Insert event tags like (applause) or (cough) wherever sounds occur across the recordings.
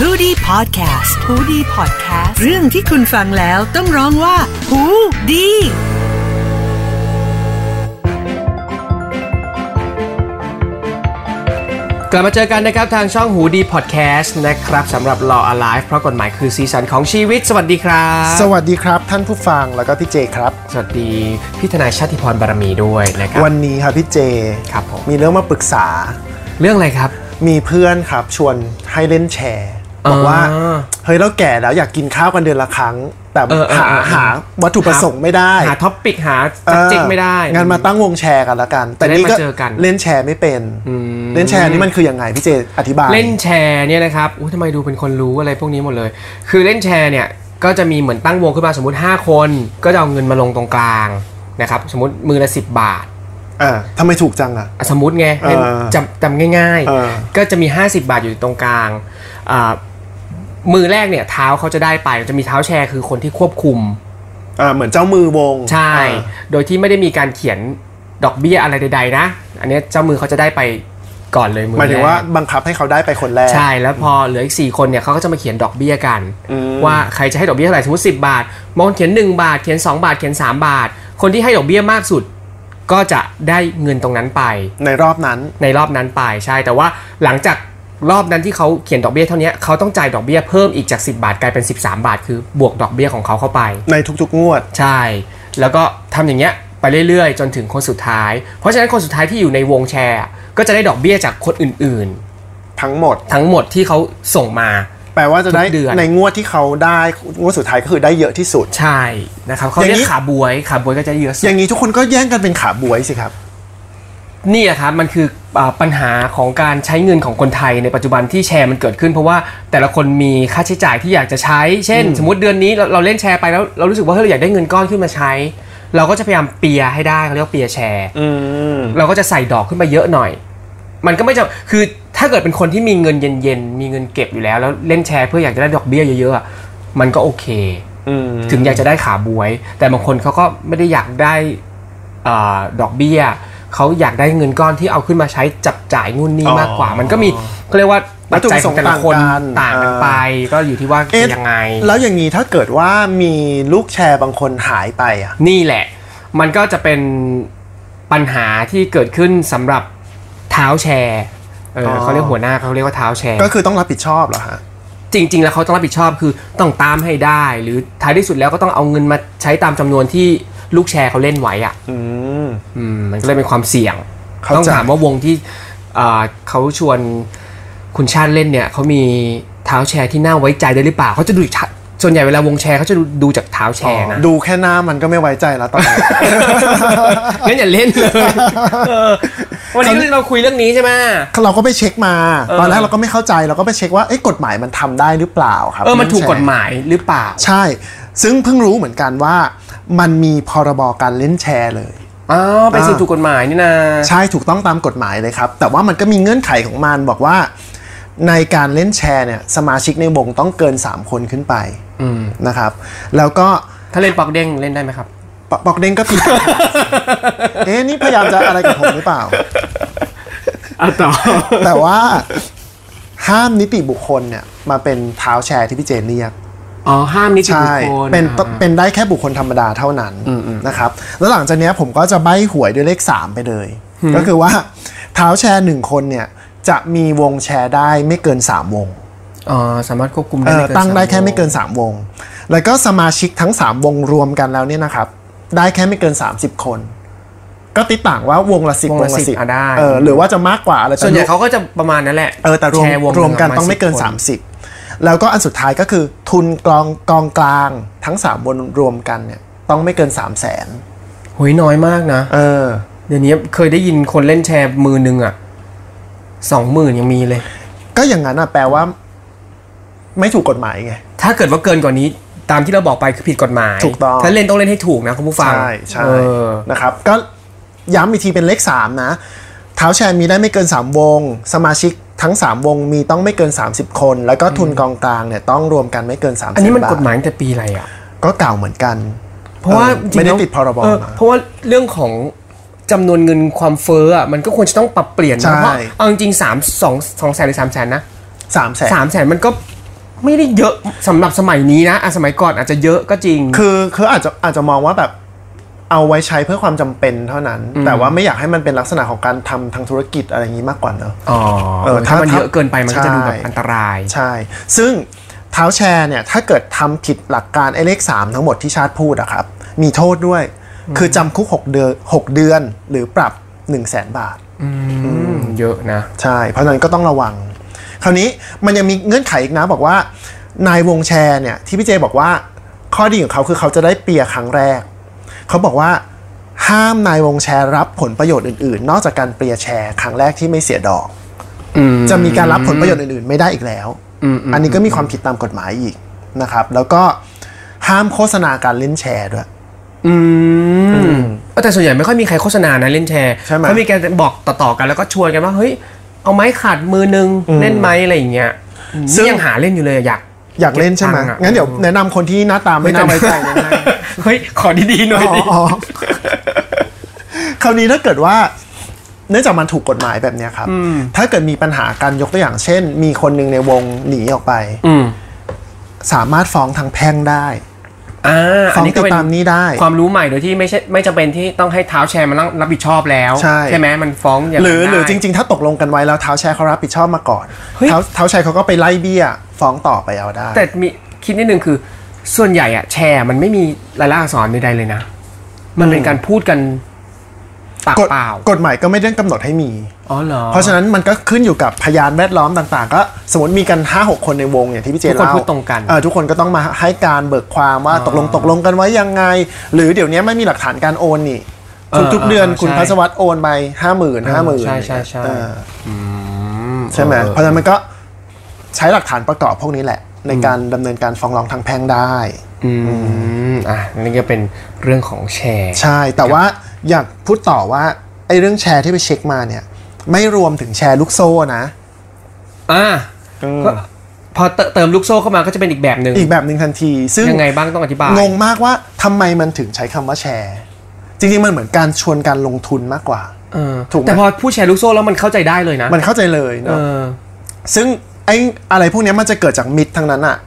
h o ดี้พอดแคสต์ฮูดี้พอดแคสต์เรื่องที่คุณฟังแล้วต้องร้องว่าหูดี กลับมาเจอกันนะครับ ทางช่องหูดีพอดแคสต์นะครับสำหรับ Law Alive เพราะกฎหมายคือสีสันของชีวิต สวัสดีครับ สวัสดีครับท่านผู้ฟังแล้วก็พี่เจครับ สวัสดีพี่ทนายชาติพรบารมีด้วยนะครับ วันนี้ครับพี่เจ ครับผม มีเรื่องมาปรึกษา เรื่องอะไรครับ มีเพื่อนครับชวนให้เล่นแชร์บอกว่า อ่า เฮ้ยเราแก่แล้วอยากกินข้าวกันเดือนละครั้ง แต่ เออเออ หา เออ หาวัตถุประสงค์ไม่ได้ หาท็อปปิกหา อ จัก อ จิกไม่ได้ งั้นมาตั้งวงแชร์กันละกัน แต่ จะได้ นี่ มาเจอกัน เล่นแชร์ไม่เป็น เล่นแชร์นี่มันคือยังไงพี่เจอธิบาย เล่นแชร์เนี่ยนะครับอุ้ยทำไมดูเป็นคนรู้อะไรพวกนี้หมดเลย คือเล่นแชร์เนี่ยก็จะมีเหมือนตั้งวงขึ้นมาสมมติ 5 คน ก็จะเอาเงินมาลงตรงกลางนะครับสมมติมือละ 10 บาท เออทำไมถูกจังอ่ะ อ่ะสมมติไง เออ ให้จำจำง่าย เออ ๆ ก็จะมี 50 บาทอยู่ตรงกลางอ่ามือแรกเนี่ยเท้าเขาจะได้ไปจะมีเท้าแชร์คือคนที่ควบคุม อ่าเหมือนเจ้ามือวง ใช่ อ่า โดยที่ไม่ได้มีการเขียนดอกเบี้ยอะไรใดๆนะ อันเนี้ยเจ้ามือเขาจะได้ไปก่อนเลยมือ หมายถึง แรก ว่าบังคับให้เขาได้ไปคนแรก ใช่แล้วพอเหลืออีก 4 คนเนี่ยเขาก็จะมาเขียนดอกเบี้ยกัน อืม ว่าใครจะให้ดอกเบี้ยเท่าไหร่สมมติ 10 บาทมองเขียน 1 บาทเขียน 2 บาทเขียน 3 บาท คนที่ให้ดอกเบี้ยมากสุด ก็จะได้เงินตรงนั้นไป ในรอบนั้น ในรอบนั้นไปใช่แต่ว่าหลังจากรอบนั้นที่เขาเขียนดอกเบี้ยเท่าเนี้ยเขาต้องจ่ายดอกเบี้ยเพิ่มอีกจาก 10 บาทกลายเป็น 13 บาท คือบวกดอกเบี้ยของเขาเข้าไป ในทุกๆงวด ใช่ แล้วก็ทำอย่างเงี้ยไปเรื่อยๆ จนถึงคนสุดท้าย เพราะฉะนั้นคนสุดท้ายที่อยู่ในวงแชร์ ก็จะได้ดอกเบี้ยจากคนอื่น ทั้งหมด ๆ ทั้งหมดที่เขาส่งมา แปลว่าจะได้ ทุกเดือน ในงวดที่เขาได้งวดสุดท้ายก็คือได้เยอะที่สุด ใช่นะครับเขาเรีย อย่างนี้ กขาบวยขาบวยก็จะเยอะสุด อย่างนี้ทุกคนก็แย่งกันเป็นขาบวยสิครับ นี่แหละครับมันคืออาปัญหาของการใช้เงินของคนไทยในปัจจุบันที่แชร์มันเกิดขึ้น เพราะว่าแต่ละคนมีค่าใช้จ่ายที่อยากจะใช้ เช่น สมมติเดือนนี้เราเราเล่นแชร์ไปแล้วเรารู้สึกว่าเฮ้ยเราอยากได้เงินก้อนขึ้นมาใช้ เราก็จะพยายามเปียร์ให้ได้เขาเรียกว่าเปียร์แชร์ อืม เราก็จะใส่ดอกขึ้นมาเยอะหน่อย มันก็ไม่จะคือถ้าเกิดเป็นคนที่มีเงินเย็นๆมีเงินเก็บอยู่แล้ว แล้วเล่นแชร์เพื่ออยากจะได้ดอกเบี้ยเยอะๆอะมันก็โอเค อืม ถึงอยากจะได้ขาบวย แต่บางคนเขาก็ไม่ได้อยากได้อาดอกเบี้ยเขาอยากได้เงินก้อนที่เอาขึ้นมาใช้จับจ่ายนู่นนี่ อ๋อ มากกว่า มันก็มีเขาเรียกว่าปัจจัยของแต่ละคน วัตถุประสงค์ ต่า ต่าง งกั กัน น ไป ก็อยู่ที่ว่าจะยังไง แล้วอย่างนี้ถ้าเกิดว่ามีลูกแชร์บางคนหายไปอ่ะ นี่แหละ มันก็จะเป็นปัญหาที่เกิดขึ้นสำหรับเท้าแชร์เอออ อ เขาเรียกหัวหน้าเขาเรียกว่าเท้าแชร์ ก็คือต้องรับผิดชอบเหรอฮะ จริง ๆ แล้วเขาต้องรับผิดชอบคือต้องตามให้ได้ หรือท้ายที่สุดแล้วก็ต้องเอาเงินมาใช้ตามจำนวนที่ลูกแชร์เขาเล่นไว้อะ อืม อืมมันก็เลยเป็นความเสี่ยง เข้าใจ ต้องถามว่าวงที่อ่าเขาชวนคุณชาติเล่นเนี่ยเขามีเท้าแชร์ที่น่าไว้ใจได้หรือเปล่าเขาจะดูจากส่วนใหญ่เวลาวงแชร์เขาจะดูดูจากเท้าแชร์นะ ดูแค่หน้ามันก็ไม่ไว้ใจแล้วตอนนี้ งั้นอย่าเล่นเลยเออวันนี้เราคุยเรื่องนี้ใช่ไหม เราก็ไปเช็คมา ตอนแรกเราก็ไม่เข้าใจเราก็ไปเช็คว่าเอ๊ะกฎหมายมันทำได้หรือเปล่าครับ เออมันถูก แชร์ กฎหมายหรือเปล่า ใช่ ซึ่งเพิ่งรู้เหมือนกันว่า มันมีพรบการเล่นแชร์เลย อ๋อเป็นสิ่งถูกกฎหมายนี่นะ ใช่ถูกต้องตามกฎหมายเลยครับ แต่ว่ามันก็มีเงื่อนไขของมันบอกว่า ในการเล่นแชร์เนี่ยสมาชิกในวงต้องเกิน 3 คนขึ้นไป อืม นะครับ แล้วก็ ถ้าเล่นปอกเด้งเล่นได้ไหม (laughs) ครับ ปบอกเด้งก็ผิด เอ๊ะนี่พยายามจะอะไรกับผมหรือเปล่า อ่ะต่อ แต่ว่าห้ามนิติบุคคลเนี่ยมาเป็นเท้าแชร์ที่พี่เจนเรียก อ๋อห้ามนิติบุ ใช่ คคล เป็น อ่า เป็นได้แค่บุคคลธรรมดาเท่านั้นนะครับ แล้วหลังจากเนี้ยผมก็จะใบ้หวยด้วยเลข 3 ไปเลย ก็คือว่าเท้าแชร์หนึ่งคนเนี่ยจะมีวงแชร์ได้ไม่เกิน 3 วง อ๋อสามารถควบคุม เอ ได้ อ ม่เกิน ตั้งได้ สาม แค่ไม่เกิน วง 3 วง แล้วก็สมาชิกทั้ง 3 วงรวมกันแล้วเนี่ยนะครับ ได้แค่ไม่เกิน 30 คน ก็ติดต่างว่าวงละสิบ วง ว ละ งละ สิ สิ บบ อ่ะได้ เออหรือว่าจะมากกว่าอะไรแต่ ส่วนใหญ่ รู้ เขาก็จะประมาณนั้นแหละ เออแต่รวม ชวง รวมกัน หงะาณ ต้องไม่เกิน 10ค 30 แล้วก็อันสุดท้ายก็คือทุนกองกองกลางทั้ง 3 บนรวมกันเนี่ยต้องไม่เกิน 3 0 0 0 0น หุยน้อยมากนะ เออ เดี๋ยวนี้เคยได้ยินคนเล่นแชร์มือหนึ่งอ่ะสองหมื่นยังมีเลย ก็อย่างนั้นอ่ะแปลว่า ไม่ถูกกฎหมายไง ถ้าเกิดว่าเกินกว่านี้ตามที่เราบอกไปคือผิดกฎหมาย ถูกต้อง ถ้าเล่นต้องเล่นให้ถูกนะคุณผู้ฟัง ใช่ใช่ เออ นะครับ ก็ย้ำอีกทีเป็นเลข 3 นะเท้าแชร์มีได้ไม่เกิน 3 วง สมาชิกทั้ง 3 วงมีต้องไม่เกิน 30 คน แล้วก็ทุนกองกลางเนี่ยต้องรวมกันไม่เกิน3 0 0 0 0 อันนี้มันกฎหมายตั้งแต่ปีอะไรอ่ะ ก็เก่าเหมือนกัน เพราะว่า เออ จงๆ ไม่ได้ แล้ว ติดพรบ เออ มา เพราะว่าเรื่องของจำนวนเงินความเฟ้ออ่ะมันก็ควรจะต้องปรับเปลี่ยน ใช่ นะเพราะเอาจริงๆสามสองสองแสนหรือสามแสนนะ 3 0 0 0 0 สามแสนมันก็ ไม่ได้เยอะสำหรับสมัยนี้นะอ่ะสมัยก่อนอาจจะเยอะก็จริง คือคืออาจจะอาจจะมองว่าแบบเอาไว้ใช้เพื่อความจำเป็นเท่านั้น แต่ว่าไม่อยากให้มันเป็นลักษณะของการทำทางธุรกิจอะไรอย่างนี้มากกว่าเนอะ อ๋อ เออ ถ้า ถ้ามั มันเยอะเกินไปมันก็จะ ใช่ ดูแบบอันตราย ใช่ ซึ่งเท้าแชร์เนี่ยถ้าเกิดทำผิดหลักการไอ้เลข 3 ทั้งหมดที่ชาติพูดอะครับ มีโทษด้วย คือจำคุก 6 เดือน 6 เดือนหรือปรับ 1 0 0 0 0แสนบาท อืมเยอะนะ ใช่ เพราะฉะนั้นก็ต้องระวัง คราวนี้มันยังมีเงื่อนไขอีกนะบอกว่า นายวงแชร์เนี่ยที่พี่เจบอกว่าข้อดีของเขาคือเขาจะได้เปียร์ครั้งแรก เขาบอกว่าห้ามนายวงแชร์รับผลประโยชน์อื่นๆ นอกจากการเปียร์แชร์ครั้งแรกที่ไม่เสียดอก อืม จะมีการรับผลประโยชน์อื่นๆ ไม่ได้อีกแล้ว อันนี้ก็มีความผิดตามกฎหมายอีกนะครับ แล้วก็ห้ามโฆษณาการเล่นแชร์ด้วย อืมเออแต่ส่วนใหญ่ไม่ค่อยมีใครโฆษณานะเล่นแชร์ ใช่ไหม เขามีการบอกต่อๆกันแล้วก็ชวนกันว่าเฮ้ยเอาไม้ขาดมือนึงเล่นไหมอะไรอย่างเงี้ยนี่ยังหาเล่นอยู่เลยอะอยาก อยากเล่นใช่ไหม เก็บตังค์อะ งั้นเดี๋ยวแนะนำคนที่หน้าตาไม่น่าไว้ใจนะ เฮ้ยขอดีๆหน่อยดิ อ๋ออ๋อคราวนี้ถ้าเกิดว่า เนื่องจากมันถูกกฎหมายแบบเนี้ยครับ ถ้าเกิดมีปัญหาการยกตัวอย่างเช่น มีคนหนึ่งในวงหนีออกไป อืม สามารถฟ้องทางแพ่งได้ อ่า ฟ้ อั อน ง นี้ ติ ก็ ด เป็น ตามหนี้ได้ ความรู้ใหม่โดยที่ไม่ใช่ไม่จำเป็นที่ต้องให้เท้าแชร์มารับผิดชอบแล้ว ใช่ ไหมมันฟ้องอย่าง หรือ นั้น หรือจ ได้ ริง ๆ ถ้าตกลงกันไว้แล้วเท้าแชร์เขารับผิดชอบมาก่อน เฮ้ย เท้าเท้าแชร์เขาก็ไปไล่เบี้ย ฟ้องต่อไปเอาได้ แต่มีคิดนิดนึงคือ ส่วนใหญ่อะแชร์มันไม่มีรายละอักษรใดๆเลยนะ มันเป็นการพูดกันปาก กฎ เปล่าก ฎหมายก็ไม่ได้กำหนดให้มี อ๋อเหรอ เพราะฉะนั้นมันก็ขึ้นอยู่กับพยานแวดล้อมต่างๆ ก็สมมติมีกัน 5 6 คนในวงอย่างที่พี่เจ ทุกคน เล่า พูดตรงกัน เออทุกคนก็ต้องมาให้การเบิกความว่าตกลงตกลงกันไว้ยังไง หรือเดี๋ยวนี้ไม่มีหลักฐานการโอนนี่ เออ ทุกๆเดือน เออ คุณ ใช่ พัสวัตรโอนไปห้าหมื่นห้าหมื่น ใช่ใช่ใช่ ใช่ไหมเพราะฉะนั้นมันก็ใช้หลักฐานประกอบพวกนี้แหละ ในการดำเนินการฟ้องร้องทางแพ่งได้ อืมอ่ะนี่ก็เป็นเรื่องของแชร์ ใช่ แต่ว่าอยากพูดต่อว่าไอ้เรื่องแชร์ที่ไปเช็คมาเนี่ย ไม่รวมถึงแชร์ลูกโซ่นะ อ่ะก็พอเติเติมลูกโซ่เข้ามาก็จะเป็นอีกแบบหนึ่ง อีกแบบหนึ่งทันที ซึ่ง ยังไงบ้างต้องอธิบาย งงมากว่าทำไมมันถึงใช้คำว่าแชร์ จริงๆ มันเหมือนการชวนการลงทุนมากกว่า เออ ถูกไหม แต่พอผู้แชร์ลูกโซ่แล้วมันเข้าใจได้เลยนะ มันเข้าใจเลย เอ เนาะ อ ซึ่งไอ้อะไรพวกเนี้ยมันจะเกิดจากมิตรทั้งนั้นอะ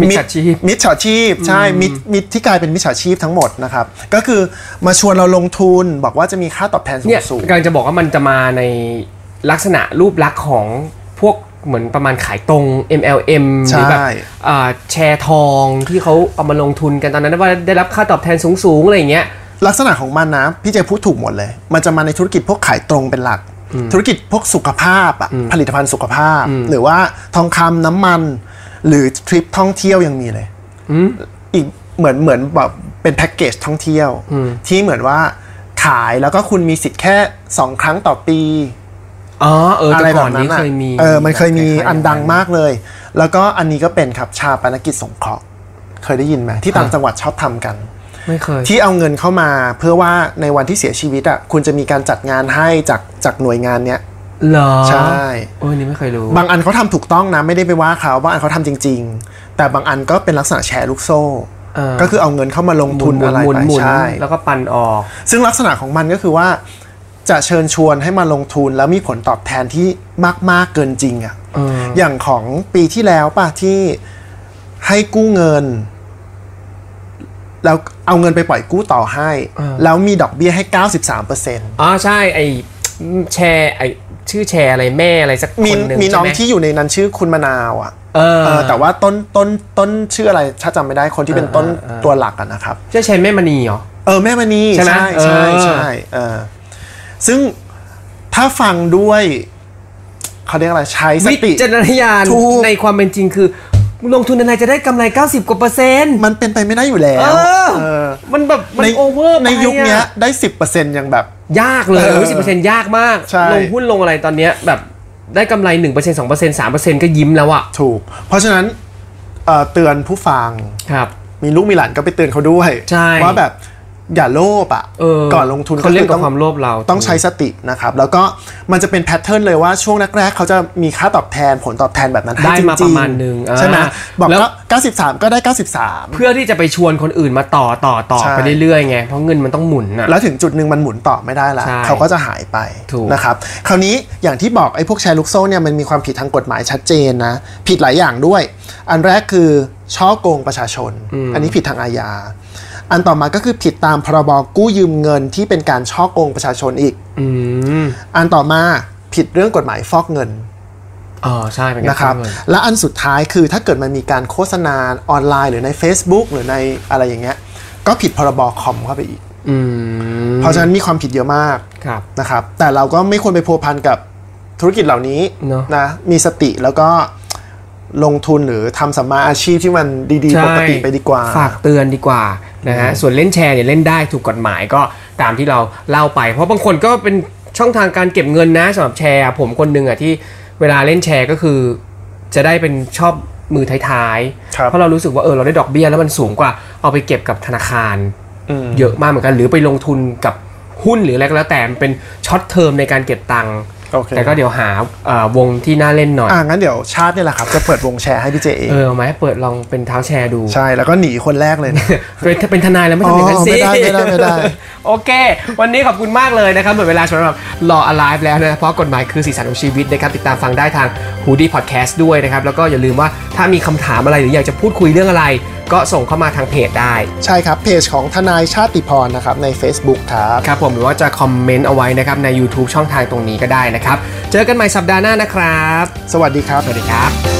มิจฉาชีพ มิจฉาชีพ ใช่มิตรมิตรที่กลายเป็นมิจฉาชีพทั้งหมดนะครับ ก็คือมาชวนเราลงทุนบอกว่าจะมีค่าตอบแทนสู เนี่ย งสูง กำลังจะบอกว่ามันจะมาในลักษณะรูปลักษณ์ของพวกเหมือนประมาณขายตรง MLM ห ใช่ รือแบบอ่าแชร์ทองที่เขาเอามาลงทุนกันตอนนั้นว่าได้รับค่าตอบแทนสูงๆอะไรอย่างเงี้ย ลักษณะของมันนะพี่เจพูดถูกหมดเลย มันจะมาในธุรกิจพวกขายตรงเป็นหลัก ธุรกิจพวกสุขภาพอะผลิตภัณฑ์สุขภาพ หรือว่าทองคำน้ำมัน หรือทริปท่องเที่ยวยังมีเลยอีกเหมือนเหมือนแบบเป็นแพ็กเกจท่องเที่ยว ที่เหมือนว่าขายแล้วก็คุณมีสิทธิ์แค่ 2 ครั้งต่อปี อ๋อเออ อะ แต่ ไรแบ ก่ บ อน นั้ นี้ นอะ เคยมี เออมันเคยมี แบบล้ายๆ อันดังมากเลย แล้วก็อันนี้ก็เป็นครับชาปนกิจสงเคราะห์เคยได้ยินไหมที่ต่างจังหวัดชอบทำกัน ไม่เคย ที่เอาเงินเข้ามาเพื่อว่าในวันที่เสียชีวิตอ่ะคุณจะมีการจัดงานให้จากจากหน่วยงานเนี้ย เหรอ ใช่ โอ้ยนี่ไม่เคยรู้ บางอันเขาทำถูกต้องนะไม่ได้ไปว่าเขาบางอันเขาทำจริง ๆ แต่บางอันก็เป็นลักษณะแชร์ลูกโซ่ เออ ก็คือเอาเงินเข้ามาลงทุนอะไร หมุน ไป หมุน ใช่ แล้วก็ปันออก ซึ่งลักษณะของมันก็คือว่าจะเชิญชวนให้มาลงทุนแล้วมีผลตอบแทนที่มาก ๆ เกินจริงอ่ะ เออ อย่างของปีที่แล้วป่ะที่ให้กู้เงิน แล้วเอาเงินไปปล่อยกู้ต่อให้ แล้วมีดอกเบี้ยให้ 93% อ๋อใช่ไอแชร์ไอชื่อแชร์อะไรแม่อะไรสัก มี คนหนึ่ง มีน้อง ใช่ไห ที่อยู่ในนั้นชื่อคุณมะนาวอ่ะ เออ เออแต่ว่าต้นต้นต้นชื่ออะไรถ้าจำไม่ได้คนที่เป็นต้นตัวหลักอะนะครับ ชื่อแชร์แม่มณีเหรอ เออแม่มณี ใช่ไหม ใช่เออใช่ใช่เออซึ่งถ้าฟังด้วยเขาเรียกอะไรใช้ส วิ ติ จารณญาณ ถูก ในความเป็นจริงคือ ลงทุนอะไรจะได้กำไร 90 กว่าเปอร์เซ็นต์ มันเป็นไปไม่ได้อยู่แล้ว เออ เออ มันแบบมัน ใน โอเวอร์ ในยุคเนี้ยได้สิบเปอร์เซ็นยังแบบ ยากเลย เออ สิบเปอร์เซ็นต์ยากมาก ใช่ ลงหุ้นลงอะไรตอนเนี้ยแบบได้กำไร 1% 2% 3%ก็ยิ้มแล้วอะ ถูก เพราะฉะนั้นเอ่อเตือนผู้ฟัง ครับ มีลูกมีหลานก็ไปเตือนเขาด้วย ใช่ ว่าแบบ อย่าโลภอ่ะ เออ ก่อนลงทุน เขาเล่น อ กับ ต้อง ความโลภเรา ต้องใช้สตินะครับ แล้วก็มันจะเป็นแพทเทิร์นเลยว่าช่วงแรกๆ เขาจะมีค่าตอบแทนผลตอบแทนแบบนั้นให้ ได้ จริงๆ มาประมาณหนึ่งอ่า ใช่ไหมบอก แล้ว ว่า93 ก็ได้ 93 เพื่อที่จะไปชวนคนอื่นมาต่อต่อต่อ ใช่ ไปเรื่อยๆไงเพราะเงินมันต้องหมุนอ่ะ แล้วถึงจุดหนึ่งมันหมุนต่อไม่ได้ละ ใช่ เขาก็จะหายไป ถูก นะครับ คราวนี้อย่างที่บอกไอ้พวกแชร์ลูกโซ่เนี่ยมันมีความผิดทางกฎหมายชัดเจนนะ ผิดหลายอย่างด้วย อันแรกคือช่อโกงประชาชน อันนี้ผิดทางอาญา อันต่อมาก็คือผิดตามพรบกู้ยืมเงินที่เป็นการช่อโกงประชาชนอีก ม อันต่อมาผิดเรื่องกฎหมายฟอกเงิน เออใช่เป็น นะครับ เงิน และอันสุดท้ายคือถ้าเกิดมันมีการโฆษณาออนไลน์หรือใน Facebook หรือในอะไรอย่างเงี้ยก็ผิดพรบคอมเข้าไปอีก อืม เพราะฉะนั้นมีความผิดเยอะมาก ครับ นะครับ แต่เราก็ไม่ควรไปพัวพันกับธุรกิจเหล่านี้ เนอะ นะมีสติแล้วก็ลงทุนหรือทำสัมมาอาชีพที่มันดี ใช่ ๆ ปกติไปดีกว่า ฝากเตือนดีกว่านะฮะส่วนเล่นแชร์เนี่ยเล่นได้ถูกกฎหมายก็ตามที่เราเล่าไป เพราะบางคนก็เป็นช่องทางการเก็บเงินนะสำหรับแชร์อะผมคนหนึ่งอ่ะที่เวลาเล่นแชร์ก็คือ จะได้เป็นชอบมือท้าย ครัๆบเพราะเรารู้สึกว่าเออเราได้ดอกเบี้ยแล้วมันสูงกว่าเอาไปเก็บกับธนาคาร อืม เยอะมากเหมือนกันหรือไปลงทุนกับหุ้นหรืออะไรก็แล้วแต่มันเป็นช็อตเทอมในการเก็บตังค์ โอเค แต่ก็เดี๋ยวหาเอ่อวงที่น่าเล่นหน่อย อ่างั้นเดี๋ยวชาติเนี่ยแหละครับ จะเปิดวงแชร์ให้พี่เจเอง เออเอาไหมเปิดลองเป็นเท้าแชร์ดู ใช่แล้วก็หนีคนแรกเลย (laughs) นะ เป็นเป็นทนายแล้วไม่ทำอย่างนั้นสิ อ๋อไม่ได้ไม่ได้ไม่ได้ (laughs) โอเค วันนี้ขอบคุณมากเลยนะครับหมดเวลาสำหรับ Law Alive แล้วนะเพราะกฎหมายคือสีสันของชีวิตนะครับติดตามฟังได้ทาง h o o d i Podcast ด้วยนะครับแล้วก็อย่าลืมว่าถ้ามีคำถามอะไรหรืออยากจะพูดคุยเรื่องอะไร ก็ส่งเข้ามาทางเพจได้ ใช่ครับเพจของทนายชาติพรนะครับใน Facebook ครับ ครับผมหรือว่าจะคอมเมนต์เอาไว้นะครับใน YouTube ช่องทางตรงนี้ก็ได้นะครับ เจอกันใหม่สัปดาห์หน้านะครับ สวัสดีครับ สวัสดีครับ